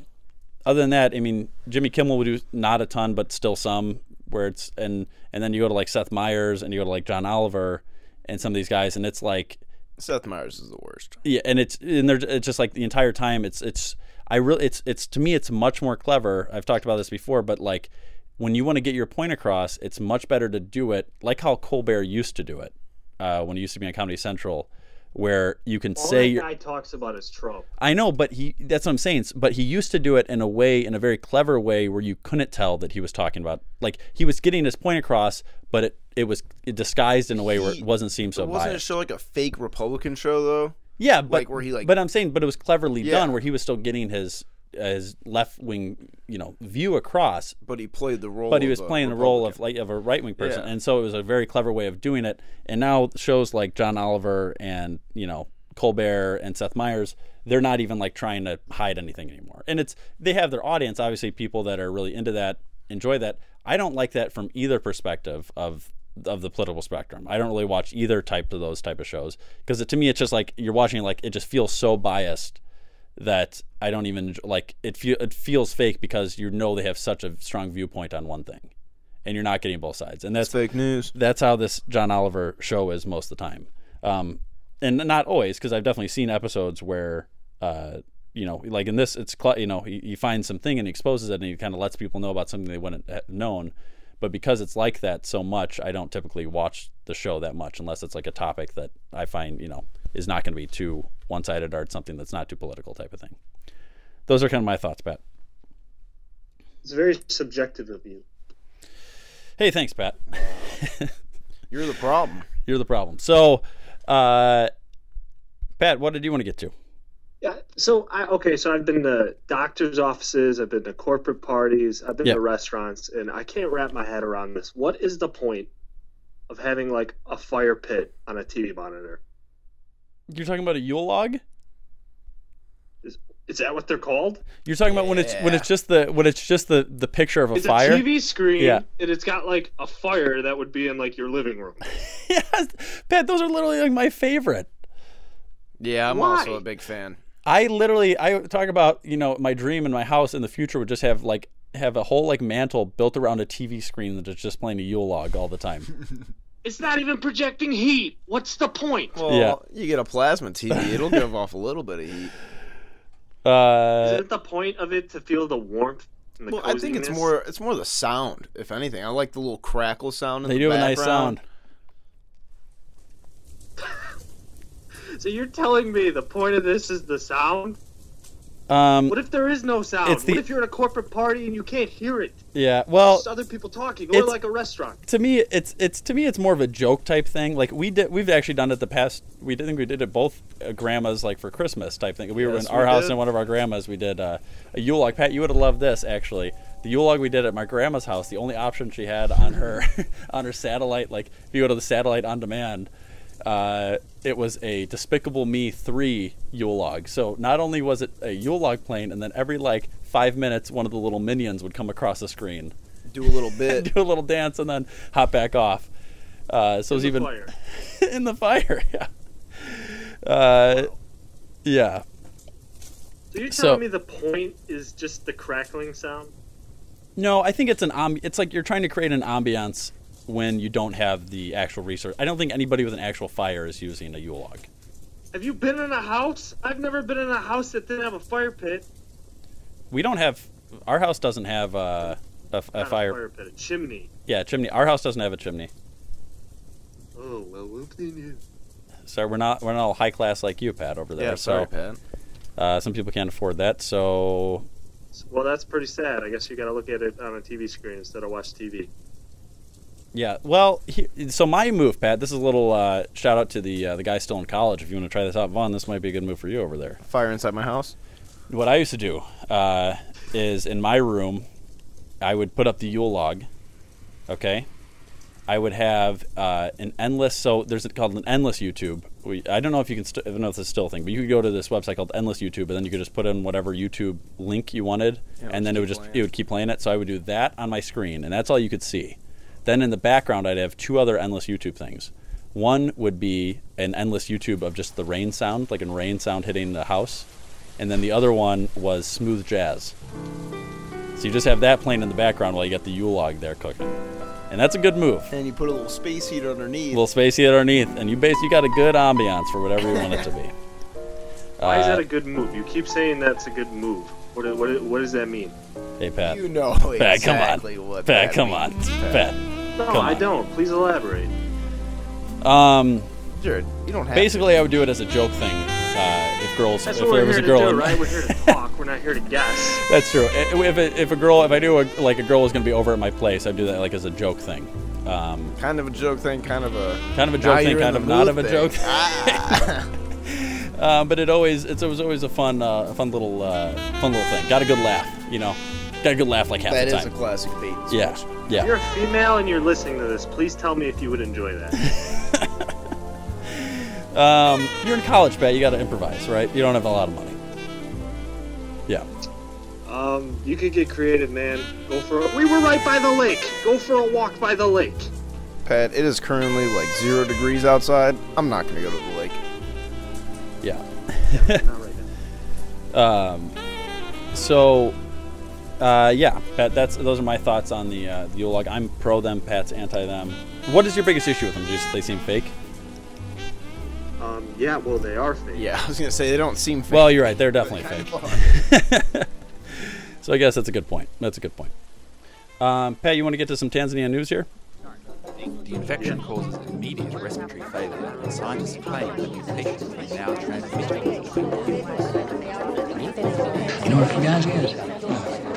Speaker 9: other than that, I mean, Jimmy Kimmel would do not a ton, but still some. Where it's and and then you go to like Seth Meyers and you go to like John Oliver and some of these guys, and it's like
Speaker 11: Seth Meyers is the worst.
Speaker 9: yeah, and it's and they're it's just like the entire time it's it's I really it's it's to me it's much more clever. I've talked about this before, but like when you want to get your point across, it's much better to do it like how Colbert used to do it uh, when he used to be on Comedy Central, where you can
Speaker 10: All
Speaker 9: say
Speaker 10: that
Speaker 9: your-
Speaker 10: guy talks about is Trump.
Speaker 9: I know, but he that's what I'm saying. S- But he used to do it in a way, in a very clever way where you couldn't tell that he was talking about like he was getting his point across, but it, it was disguised in a way where it wasn't seem so
Speaker 11: Wasn't it a
Speaker 9: biased.
Speaker 11: show like a fake Republican show though?
Speaker 9: Yeah, but
Speaker 11: like where he like
Speaker 9: but I'm saying but it was cleverly
Speaker 11: Yeah.
Speaker 9: done where he was still getting his uh, his left wing, you know, view across.
Speaker 11: But he played the role
Speaker 9: But he
Speaker 11: of
Speaker 9: was
Speaker 11: a
Speaker 9: playing the role of like of a right wing person.
Speaker 11: Yeah.
Speaker 9: And so it was a very clever way of doing it. And now shows like John Oliver and, you know, Colbert and Seth Meyers, they're not even like trying to hide anything anymore. And it's they have their audience, obviously people that are really into that, enjoy that. I don't like that from either perspective of of the political spectrum. I don't really watch either type of those type of shows because to me it's just like you're watching like it just feels so biased that I don't even like it. Feel, it feels fake because you know they have such a strong viewpoint on one thing, and you're not getting both sides. And that's
Speaker 11: fake news.
Speaker 9: That's how this John Oliver show is most of the time, um, and not always because I've definitely seen episodes where. Uh, you know, like in this, it's cl- you know he, he finds something and he exposes it and he kind of lets people know about something they wouldn't have known, but because it's like that so much, I don't typically watch the show that much unless it's like a topic that I find you know is not going to be too one sided or it's something that's not too political type of thing. Those are kind of my thoughts, Pat.
Speaker 10: It's very subjective of you.
Speaker 9: Hey, thanks, Pat.
Speaker 11: You're the problem.
Speaker 9: You're the problem. So, uh, Pat, what did you want to get to?
Speaker 10: Yeah. So I okay. So I've been to doctors' offices. I've been to corporate parties. I've been
Speaker 9: Yeah.
Speaker 10: to restaurants, and I can't wrap my head around this. What is the point of having like a fire pit on a TV monitor?
Speaker 9: You're talking about a Yule log.
Speaker 10: Is that what they're called?
Speaker 9: You're talking about when it's when it's just the when it's just the the picture of a
Speaker 10: It's
Speaker 9: fire.
Speaker 10: a TV screen,
Speaker 9: Yeah,
Speaker 10: and it's got like a fire that would be in like your living room.
Speaker 9: Pat, those are literally like my favorite.
Speaker 11: Yeah, I'm
Speaker 10: Why?
Speaker 11: also a big fan.
Speaker 9: I literally I talk about you know my dream and my house in the future would just have like have a whole like mantle built around a TV screen that is just playing a Yule log all the time.
Speaker 10: It's not even projecting heat. What's the point?
Speaker 11: Well,
Speaker 9: Yeah.
Speaker 11: you get a plasma TV, it'll give off a little bit of heat.
Speaker 9: Uh,
Speaker 10: Isn't the point of it to feel the warmth? And the
Speaker 11: Well, I think it's
Speaker 10: coziness?
Speaker 11: more it's more the sound, if anything. I like the little crackle sound. In
Speaker 9: they
Speaker 11: the
Speaker 9: do have a nice
Speaker 11: background.
Speaker 9: sound.
Speaker 10: So you're telling me the point of this is the sound?
Speaker 9: Um,
Speaker 10: What if there is no sound?
Speaker 9: It's the-
Speaker 10: What if you're at a corporate party and you can't hear it?
Speaker 9: yeah. Well,
Speaker 10: It's other people talking, or
Speaker 9: it's-
Speaker 10: like a restaurant.
Speaker 9: to me it's it's to me it's more of a joke type thing like we did we've actually done it the past we did think we did it both uh, grandmas like for christmas type thing we were
Speaker 11: Yes,
Speaker 9: in our
Speaker 11: we
Speaker 9: house
Speaker 11: did.
Speaker 9: and one of our grandmas we did uh, a yule log pat you would have loved this actually the yule log we did at my grandma's house the only option she had on her on her satellite like if you go to the satellite on demand uh, it was a Despicable Me 3 Yule log. So not only was it a Yule log plane, and then every like five minutes, one of the little minions would come across the screen
Speaker 11: Do a little bit.
Speaker 9: do a little dance and then hop back off. Uh, so it
Speaker 10: In
Speaker 9: was
Speaker 10: the
Speaker 9: even
Speaker 10: fire.
Speaker 9: in the fire. Yeah. Uh, yeah.
Speaker 10: So you're telling
Speaker 9: So-
Speaker 10: me the point is just the crackling sound?
Speaker 9: No, I think it's an amb- it's like you're trying to create an ambiance when you don't have the actual resource. I don't think anybody with an actual fire is using a Yule log.
Speaker 10: Have you been in a house? I've never been in a house that didn't have a fire pit.
Speaker 9: We don't have our house doesn't have uh, a, a
Speaker 10: Not
Speaker 9: fire.
Speaker 10: a fire pit, a chimney.
Speaker 9: Yeah, chimney. Our house doesn't have a chimney.
Speaker 10: Oh well, whoop they knew.
Speaker 9: So we're not we're not all high class like you, Pat, over there.
Speaker 11: Yeah, sorry,
Speaker 9: so, Uh, some people can't afford that. So
Speaker 10: Well, that's pretty sad. I guess you got to look at it on a TV screen instead of watch TV.
Speaker 9: Yeah. Well, he, so my move, Pat. This is a little uh, shout out to the uh, the guy still in college. If you want to try this out, Vaughn, this might be a good move for you over there.
Speaker 11: Fire inside my house.
Speaker 9: What I used to do uh, is in my room, I would put up the Yule log. Okay. I would have uh, an endless. So there's it called an endless YouTube. We, I don't know if you can. St- I don't know if this is still a thing, but you could go to this website called Endless YouTube, and then you could just put in whatever YouTube link you wanted,
Speaker 11: Yeah,
Speaker 9: and then it would
Speaker 11: just
Speaker 9: just
Speaker 11: keep
Speaker 9: it would keep playing it. So I would do that on my screen, and that's all you could see. Then in the background, I'd have two other endless YouTube things. One would be an endless YouTube of just the rain sound, like a rain sound hitting the house, and then the other one was smooth jazz. So you just have that playing in the background while you got the Yule log there cooking, and that's a good move
Speaker 11: And you put a little space heater underneath.
Speaker 9: little space heat underneath, and you base you got a good ambiance for whatever you want it to be.
Speaker 10: Why is
Speaker 9: Uh,
Speaker 10: that a good move? You keep saying that's a good move. What, what, what does that mean?
Speaker 9: Hey Pat,
Speaker 11: You know
Speaker 9: Pat,
Speaker 11: exactly
Speaker 9: come on,
Speaker 11: what
Speaker 9: Pat,
Speaker 11: that
Speaker 9: come
Speaker 11: means,
Speaker 9: on,
Speaker 11: Pat.
Speaker 9: Pat.
Speaker 10: No,
Speaker 9: come
Speaker 10: I
Speaker 9: on.
Speaker 10: don't. Please elaborate.
Speaker 9: Um,
Speaker 11: Jared, you don't have
Speaker 9: basically, I would do it as a joke thing. Uh, if girls,
Speaker 10: That's
Speaker 9: if
Speaker 10: what we're
Speaker 9: there was
Speaker 10: here
Speaker 9: a girl,
Speaker 10: to do,
Speaker 9: in-
Speaker 10: right? We're here to talk. We're not here to guess.
Speaker 9: that's true. I- If a, if a girl, if I knew a, like a girl was gonna be over at my place, I'd do that like as a joke thing. Um,
Speaker 11: kind of a joke thing, kind of a
Speaker 9: kind of a
Speaker 11: now
Speaker 9: joke thing,
Speaker 11: you're in
Speaker 9: kind
Speaker 11: the
Speaker 9: of not
Speaker 11: mood
Speaker 9: of a
Speaker 11: thing. Ah.
Speaker 9: joke. um, but it always it's, it was always a fun uh, a fun little uh, fun little thing. Got a good laugh, you know. Got a good laugh like half
Speaker 11: That
Speaker 9: the
Speaker 11: is
Speaker 9: time.
Speaker 11: a classic bait. and
Speaker 9: Yeah,
Speaker 11: switch.
Speaker 9: yeah.
Speaker 10: If you're a female and you're listening to this, please tell me if you would enjoy that.
Speaker 9: Um, you're in college, Pat. You got to improvise, right? You don't have a lot of money. Yeah.
Speaker 10: um, you could get creative, man. Go for a... We were right by the lake. Go for a walk by the lake.
Speaker 11: Pat, it is currently like zero degrees outside. I'm not gonna go to the lake.
Speaker 9: Yeah. Um, so, uh, yeah, Pat, that's those are my thoughts on the uh, the Yule log. I'm pro them. Pat's anti them. What is your biggest issue with them? Just they seem fake.
Speaker 10: Um, yeah, well, they are fake.
Speaker 11: Yeah, I was gonna say they don't seem. Fake.
Speaker 9: Well, you're right. They're definitely fake. so I guess that's a good point. That's a good point. Um, Pat, you want to get to some Tanzania news here?
Speaker 19: The infection causes immediate respiratory failure, and scientists claim that mutations are now transmitted.
Speaker 20: You know what fugazi is?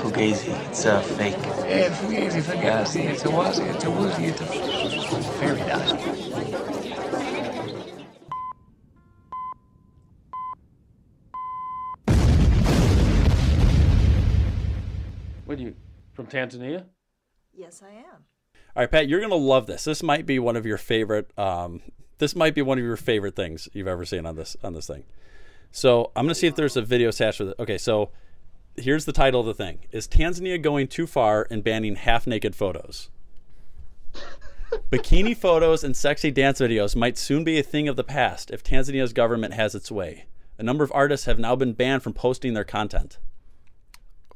Speaker 20: Fugazi. It's a fake. Yeah, fugazi, fugazi. It's a wazi, it's a woozy, it's a fairy dust.
Speaker 21: What are you from Tanzania?
Speaker 22: Yes, I am.
Speaker 9: All right, Pat, you're gonna love this. This might be one of your favorite. Um, this might be one of your favorite things you've ever seen on this on this thing. So I'm gonna see if there's a video attached with it. Okay, so here's the title of the thing: Is Tanzania going too far in banning half-naked photos? Bikini photos and sexy dance videos might soon be a thing of the past if Tanzania's government has its way. A number of artists have now been banned from posting their content.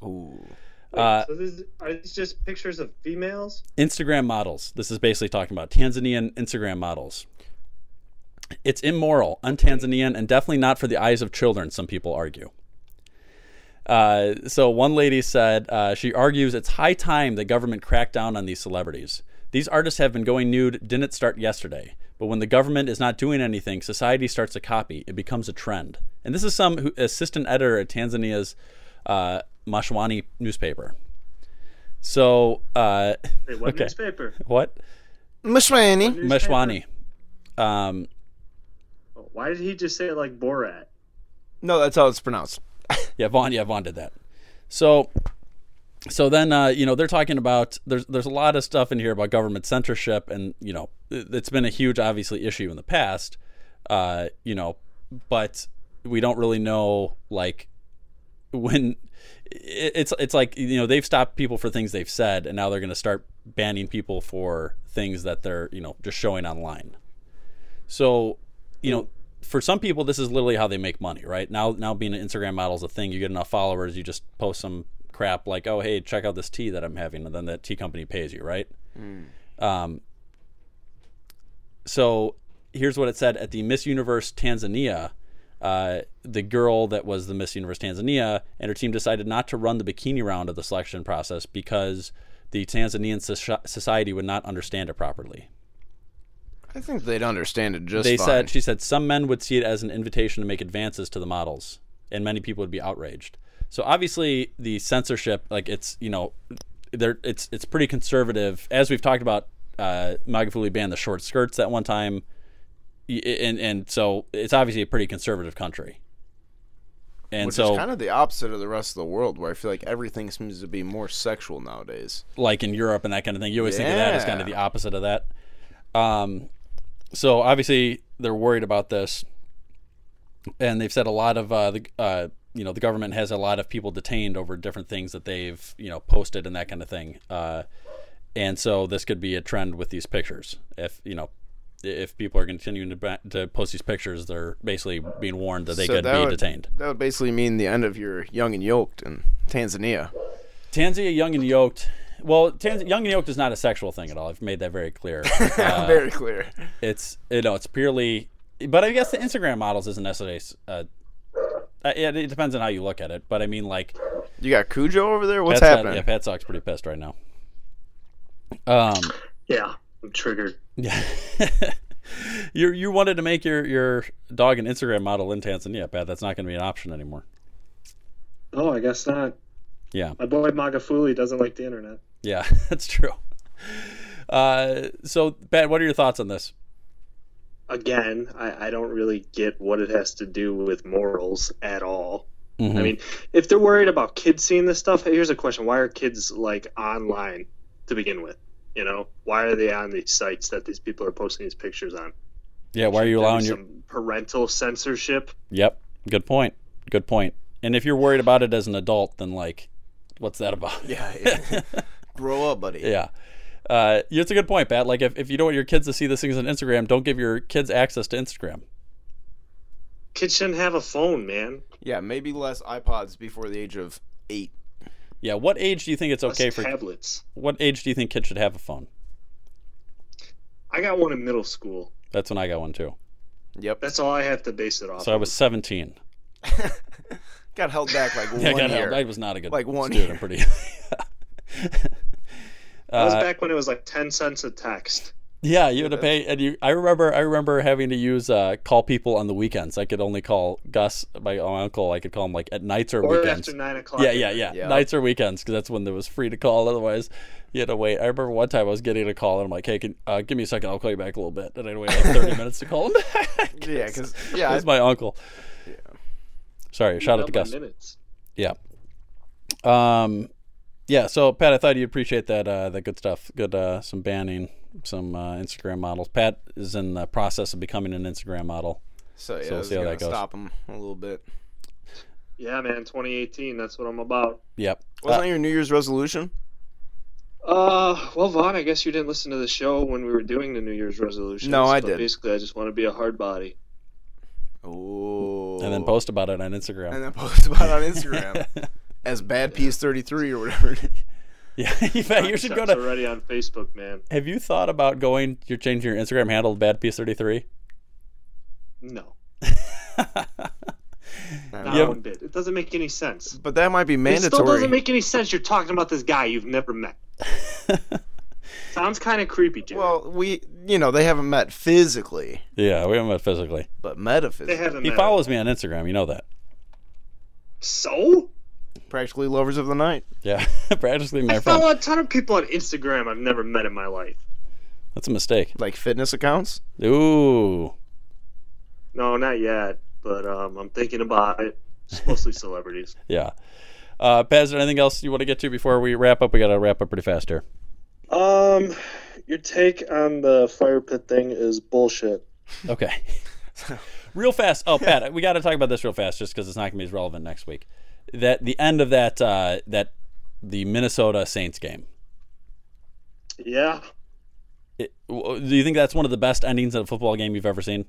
Speaker 11: Ooh.
Speaker 9: Uh,
Speaker 10: so this is, are these just pictures of females?
Speaker 9: Instagram models. This is basically talking about Tanzanian Instagram models. It's immoral, un-Tanzanian, and definitely not for the eyes of children. Some people argue. Uh, so one lady said uh, she argues it's high time the government cracked down on these celebrities. These artists have been going nude. Didn't start yesterday, but when the government is not doing anything, society starts to copy. It becomes a trend. And this is some who, assistant editor at Tanzania's uh, Mashwani newspaper. So, uh,
Speaker 10: Hey, what
Speaker 9: okay.
Speaker 10: newspaper?
Speaker 9: What?
Speaker 11: Mashwani.
Speaker 9: Mashwani. Um,
Speaker 10: Oh, Why did he just say it like Borat?
Speaker 11: no, that's how it's pronounced.
Speaker 9: yeah, Vaughn. Yeah, Vaughn did that. So, so then uh, you know they're talking about there's there's a lot of stuff in here about government censorship, and you know it- it's been a huge obviously issue in the past. Uh, you know, but we don't really know like when it- it's it's like you know they've stopped people for things they've said, and now they're going to start banning people for things that they're you know just showing online. So, you know, for some people, this is literally how they make money, right? Now, now being an Instagram model is a thing. You get enough followers, you just post some crap like, "Oh, hey, check out this tea that I'm having," and then that tea company pays you, right? Um, so here's what it said at the Miss Universe Tanzania. Uh, the girl that was the Miss Universe Tanzania and her team decided not to run the bikini round of the selection process because the Tanzanian soci- society would not understand it properly
Speaker 11: I think they'd understand it just
Speaker 9: they
Speaker 11: fine.
Speaker 9: said she said some men would see it as an invitation to make advances to the models and many people would be outraged so obviously the censorship like it's you know there it's it's pretty conservative as we've talked about uh Magafuli banned the short skirts that one time Y- and and so it's obviously a pretty conservative country and
Speaker 11: Which
Speaker 9: so
Speaker 11: is kind of the opposite of the rest of the world, where I feel like everything seems to be more sexual nowadays.
Speaker 9: like in Europe and that kind of thing. You always think of that as kind of the opposite of that. Um, so obviously they're worried about this, and they've said a lot of uh, the uh, you know the government has a lot of people detained over different things that they've you know posted and that kind of thing. Uh, and so this could be a trend with these pictures. If you know if people are continuing to, ba- to post these pictures, they're basically being warned that they
Speaker 11: So
Speaker 9: could
Speaker 11: that
Speaker 9: be
Speaker 11: would-
Speaker 9: detained.
Speaker 11: That would basically mean the end of your young and yoked in Tanzania.
Speaker 9: Tanzania Young and Yoked. Well, Tanz- Young and Yoked is not a sexual thing at all. I've made that very clear. Uh,
Speaker 11: Very clear.
Speaker 9: It's you know it's purely, but I guess the Instagram models isn't necessarily. Uh, uh, it, it depends on how you look at it, but I mean like.
Speaker 11: You got Cujo over there. What's
Speaker 9: Pat's-
Speaker 11: happening?
Speaker 9: yeah, Pat Sock's pretty pissed right now. Um,
Speaker 10: Yeah, I'm triggered.
Speaker 9: yeah. you you wanted to make your your dog an Instagram model in Tanzania, Pat. That's not going to be an option anymore.
Speaker 10: Oh, I guess not.
Speaker 9: Yeah.
Speaker 10: My boy Magafuli doesn't like the internet.
Speaker 9: Yeah, that's true. Uh, so Pat, what are your thoughts on this?
Speaker 10: Again, I, I don't really get what it has to do with morals at all. I
Speaker 9: Mhm.
Speaker 10: mean, if they're worried about kids seeing this stuff, here's a question: Why are kids like online to begin with? You know, why are they on these sites that these people are posting these pictures on?
Speaker 9: Yeah, why are you
Speaker 10: There be
Speaker 9: allowing your
Speaker 10: some parental censorship?
Speaker 9: Yep. Good point. Good point. And if you're worried about it as an adult, then like, what's that about?
Speaker 11: Yeah. Grow up, buddy.
Speaker 9: yeah. Uh, it's a good point, Pat. Like, if, if you don't want your kids to see these things on Instagram, don't give your kids access to Instagram.
Speaker 10: Kids shouldn't have a phone, man.
Speaker 11: Yeah, maybe less iPods before the age of eight.
Speaker 9: Yeah. What age do you think it's okay for
Speaker 10: tablets?
Speaker 9: What age do you think kids should have a phone?
Speaker 10: I got one in middle school.
Speaker 9: That's when I got one too.
Speaker 11: Yep.
Speaker 10: That's all I have to base it off.
Speaker 9: So I was 17.
Speaker 11: Got held back like one
Speaker 9: Yeah, I got
Speaker 11: year.
Speaker 9: held- I was not a good
Speaker 11: like one
Speaker 9: student.
Speaker 11: year.
Speaker 9: I'm pretty.
Speaker 10: That was
Speaker 9: Uh,
Speaker 10: back when it was like ten cents a text.
Speaker 9: Yeah, you had to pay, and you. I remember, I remember having to use uh, call people on the weekends. I could only call Gus, my, my uncle. I could call him like at nights or,
Speaker 10: Or
Speaker 9: weekends.
Speaker 10: after 9 o'clock
Speaker 9: Yeah,
Speaker 10: at
Speaker 9: yeah,
Speaker 10: night.
Speaker 9: yeah,
Speaker 10: Yeah.
Speaker 9: Nights or weekends, because that's when there was free to call. Otherwise, you had to wait. I remember one time I was getting a call, and I'm like, "Hey, can, uh, give me a second. I'll call you back a little bit." And I'd wait like 30 minutes to call him. back.
Speaker 11: Yeah, 'cause- yeah,
Speaker 9: it
Speaker 11: I-
Speaker 9: was my uncle. Sorry, shout out to
Speaker 10: Double
Speaker 9: Gus.
Speaker 10: minutes.
Speaker 9: Yeah. Um, yeah. So Pat, I thought you'd appreciate that. Uh, that good stuff. Good. Uh, some banning, some uh, Instagram models. Pat is in the process of becoming an Instagram model.
Speaker 11: So yeah,
Speaker 9: we'll
Speaker 11: this
Speaker 9: see
Speaker 11: is
Speaker 9: how
Speaker 11: gonna
Speaker 9: that goes. Uh,
Speaker 11: Stop him a little bit.
Speaker 10: Yeah, man, 2018. That's what I'm about.
Speaker 9: Yep. Uh,
Speaker 11: Wasn't that your New Year's resolution?
Speaker 10: Uh, well, Vaughn, I guess you didn't listen to the show when we were doing the New Year's resolution.
Speaker 11: No, I
Speaker 10: but
Speaker 11: did.
Speaker 10: Basically, I just want to be a hard body.
Speaker 11: Oh.
Speaker 9: And then post about it on Instagram.
Speaker 11: And then post about it on Instagram as Bad Piece Thirty Three or whatever.
Speaker 9: yeah, in fact, you should go
Speaker 10: Chuck's
Speaker 9: to.
Speaker 10: already on Facebook, man.
Speaker 9: Have you thought about going? You're changing your Instagram handle to Bad Piece Thirty Three.
Speaker 10: No, not
Speaker 11: Yeah.
Speaker 10: one bit. It doesn't make any sense.
Speaker 11: But that might be
Speaker 10: It still
Speaker 11: mandatory.
Speaker 10: doesn't make any sense. You're talking about this guy you've never met. Sounds kind of creepy, Jim.
Speaker 11: well, we you know they haven't met physically,
Speaker 9: Yeah, we haven't met physically.
Speaker 11: but metaphysically.
Speaker 10: They haven't
Speaker 9: He
Speaker 10: met.
Speaker 9: follows me on Instagram. You know that.
Speaker 10: so
Speaker 11: Practically lovers of the night.
Speaker 9: Yeah, practically my
Speaker 10: I
Speaker 9: friend.
Speaker 10: follow a ton of people on Instagram I've never met in my life.
Speaker 9: That's a mistake.
Speaker 11: Like fitness accounts.
Speaker 9: Ooh.
Speaker 10: No, not yet. But um, I'm thinking about it. It's mostly celebrities.
Speaker 9: Yeah. Uh, Pat, is there anything else you want to get to before we wrap up? We got to wrap up pretty fast here.
Speaker 10: Um, your take on the fire pit thing is bullshit.
Speaker 9: Okay. real fast. Oh, Pat, we got to talk about this real fast, just because it's not going to be as relevant next week. That the end of that uh, that the Minnesota Saints game.
Speaker 10: Yeah,
Speaker 9: It, w- do you think that's one of the best endings of a football game you've ever seen?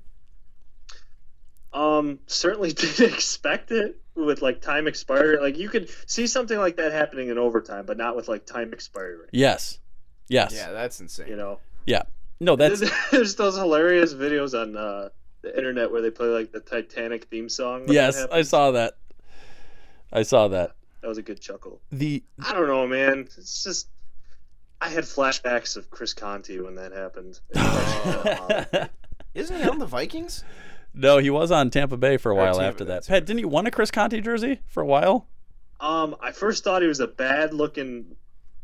Speaker 10: Um, certainly didn't expect it with like time expiry. Like you could see something like that happening in overtime, but not with like time expiry. rate,
Speaker 9: Yes. Yes.
Speaker 11: Yeah, that's insane.
Speaker 10: You know,
Speaker 9: Yeah. No, that's
Speaker 10: there's those hilarious videos on uh, the internet where they play like the Titanic theme song. when that
Speaker 9: yes.
Speaker 10: happened.
Speaker 9: I saw that. I saw that.
Speaker 10: that was a good chuckle.
Speaker 9: The
Speaker 10: I don't know, man. It's just I had flashbacks of Chris Conti when that happened.
Speaker 11: Isn't he on the Vikings?
Speaker 9: no, he was on Tampa Bay for a while
Speaker 10: Tampa,
Speaker 9: after that. Pat, didn't he want a Chris Conti jersey for a while?
Speaker 10: Um, I first thought he was a bad looking,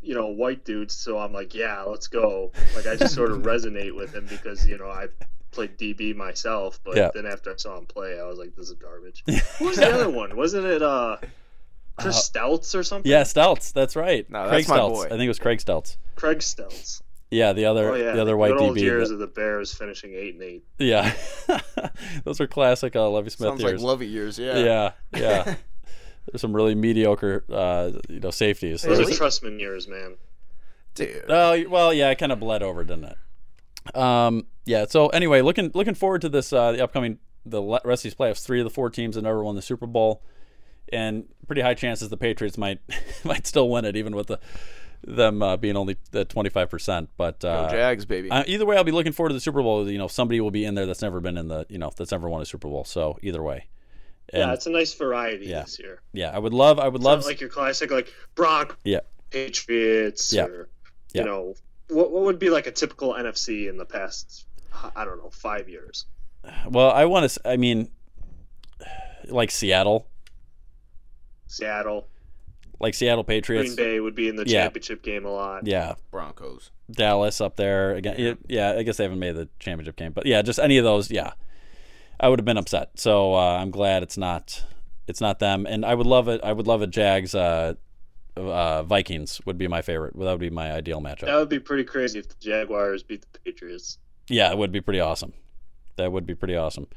Speaker 10: you know, white dude. So I'm like, yeah, let's go. Like I just sort of resonate with him because you know I played DB myself, but
Speaker 9: Yeah.
Speaker 10: then after I saw him play, I was like, this is garbage. Who was the other one? Wasn't it uh, Chris Stelz or something?
Speaker 9: Yeah, Stelts. That's right.
Speaker 10: No,
Speaker 9: Craig
Speaker 10: that's my
Speaker 9: Stelz.
Speaker 10: boy.
Speaker 9: I think it was Craig Stelts.
Speaker 10: Craig Stelz.
Speaker 9: Yeah, the other
Speaker 10: oh yeah,
Speaker 9: the other white
Speaker 10: good old
Speaker 9: DB.
Speaker 10: years
Speaker 9: that-
Speaker 10: of the Bears finishing eight and eight.
Speaker 9: yeah, those are classic uh, Lovey Smith
Speaker 11: Sounds like
Speaker 9: years.
Speaker 11: Lovey years, yeah.
Speaker 9: yeah, yeah. There's some really mediocre, uh, you know, safeties.
Speaker 10: Those
Speaker 9: There's-
Speaker 10: are Trustman years, man.
Speaker 11: Dude.
Speaker 9: Oh well, yeah, it kind of bled over, didn't it? Um, yeah. So anyway, looking looking forward to this uh, the upcoming the le- rest of these playoffs. Three of the four teams that never won the Super Bowl, and pretty high chances the Patriots might might still win it, even with the them uh, being only the twenty five percent. But uh,
Speaker 11: Jags, baby.
Speaker 9: Uh, either way, I'll be looking forward to the Super Bowl. You know, somebody will be in there that's never been in the you know that's never won a Super Bowl. So either way,
Speaker 10: yeah,
Speaker 9: And-
Speaker 10: it's a nice variety
Speaker 9: yeah.
Speaker 10: this year.
Speaker 9: yeah, I would love I would
Speaker 10: It's
Speaker 9: love
Speaker 10: not like your classic like Brock
Speaker 9: yeah
Speaker 10: Patriots
Speaker 9: Yeah.
Speaker 10: or
Speaker 9: Yeah.
Speaker 10: you know what what would be like a typical NFC in the past I don't know five years.
Speaker 9: Well, I want to. I mean, like Seattle,
Speaker 10: Seattle,
Speaker 9: like Seattle
Speaker 10: Green
Speaker 9: Patriots,
Speaker 10: Bay would be in the
Speaker 9: Yeah.
Speaker 10: championship game a lot.
Speaker 9: Yeah.
Speaker 11: Broncos.
Speaker 9: Dallas up there again. Yeah. yeah, I guess they haven't made the championship game, but yeah, just any of those. Yeah, I would have been upset. So uh, I'm glad it's not it's not them. And I would love it. I would love it. Jags uh, uh, Vikings would be my favorite. That would be my ideal matchup.
Speaker 10: That would be pretty crazy if the Jaguars beat the Patriots.
Speaker 9: Yeah, it would be pretty awesome. That would be pretty awesome.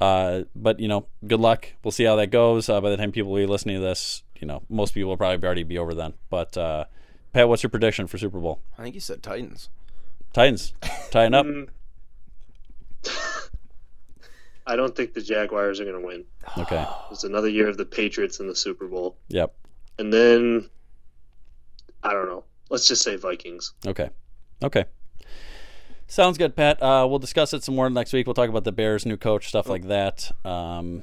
Speaker 9: Uh, but you know, good luck. We'll see how that goes. Uh, by the time people will be listening to this, you know, most people will probably already be over then. But uh, Pat, what's your prediction for Super Bowl?
Speaker 11: I think you said Titans.
Speaker 9: Titans tying up.
Speaker 10: I don't think the Jaguars are going to win.
Speaker 9: Okay.
Speaker 10: It's another year of the Patriots in the Super Bowl,
Speaker 9: Yep.
Speaker 10: and then I don't know. Let's just say Vikings.
Speaker 9: Okay. Okay. Sounds good, Pat. Uh, we'll discuss it some more next week. We'll talk about the Bears' new coach, stuff like that. Um,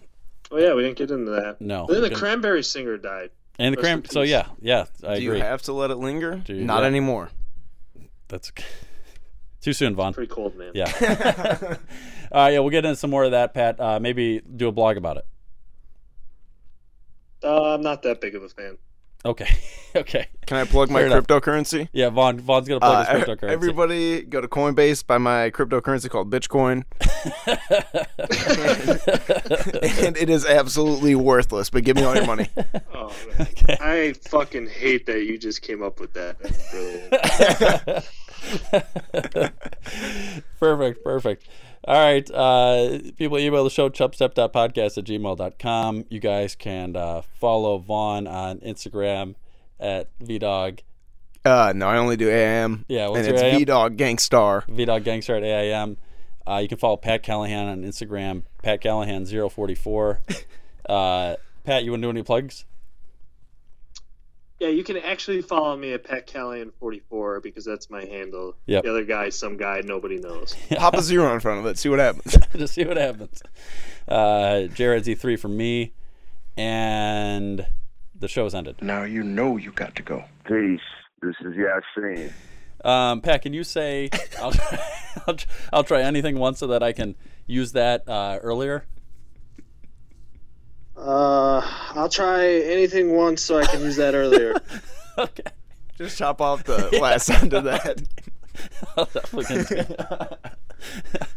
Speaker 10: Oh yeah, we didn't get into that.
Speaker 9: No,
Speaker 10: Then
Speaker 9: we
Speaker 10: the
Speaker 9: didn't.
Speaker 10: Cranberry singer died.
Speaker 9: and the
Speaker 10: Rest in
Speaker 9: cramp. So
Speaker 10: peace.
Speaker 9: yeah, yeah, I
Speaker 11: Do
Speaker 9: agree.
Speaker 11: you have to let it linger?
Speaker 9: Do you-
Speaker 11: Not
Speaker 9: yeah.
Speaker 11: anymore.
Speaker 9: That's Too soon, Vaughn.
Speaker 10: Pretty cold, man.
Speaker 9: Yeah. uh, yeah, we'll get into some more of that, Pat. Uh, maybe do a blog about it.
Speaker 10: Uh, I'm not that big of a fan.
Speaker 9: Okay. okay.
Speaker 11: Can I plug my
Speaker 9: Fair enough.
Speaker 11: cryptocurrency?
Speaker 9: Yeah, Vaughn. Vaughn's gonna plug his
Speaker 11: Uh,
Speaker 9: cryptocurrency.
Speaker 11: Everybody go to Coinbase, buy my cryptocurrency called Bitcoin. and it is absolutely worthless, but give me all your money.
Speaker 10: Oh, man. I fucking hate that you just came up with that. That's brilliant.
Speaker 9: perfect. Perfect. All right. Uh, people email the show, chubstep.podcast at gmail.com. You guys can uh, follow Vaughn on Instagram at VDog,
Speaker 11: Uh, no, I only do AM.
Speaker 9: Yeah, what's
Speaker 11: and
Speaker 9: your
Speaker 11: it's
Speaker 9: AM?
Speaker 11: V Dog Gangstar.
Speaker 9: VDog Gangstar at AIM. Uh, you can follow Pat Callahan on Instagram, Pat Callahan044. Uh, Pat, you want to do any plugs?
Speaker 10: yeah, you can actually follow me at Pat Callahan44 because that's my handle.
Speaker 9: Yep.
Speaker 10: The other guy, is some guy nobody knows.
Speaker 11: Pop a zero in front of it. See what happens.
Speaker 9: to see what happens. Uh, Jared Z3 from me, and the show's ended. Now you know you got to go.
Speaker 3: Peace. This is Yasin.
Speaker 9: Um, Pat, can you say I'll try, I'll, try, I'll try anything once so that I can use that uh, earlier?
Speaker 10: Uh, I'll try anything once so I can use that earlier.
Speaker 11: Just chop off the last end of that.
Speaker 9: I'll definitely continue.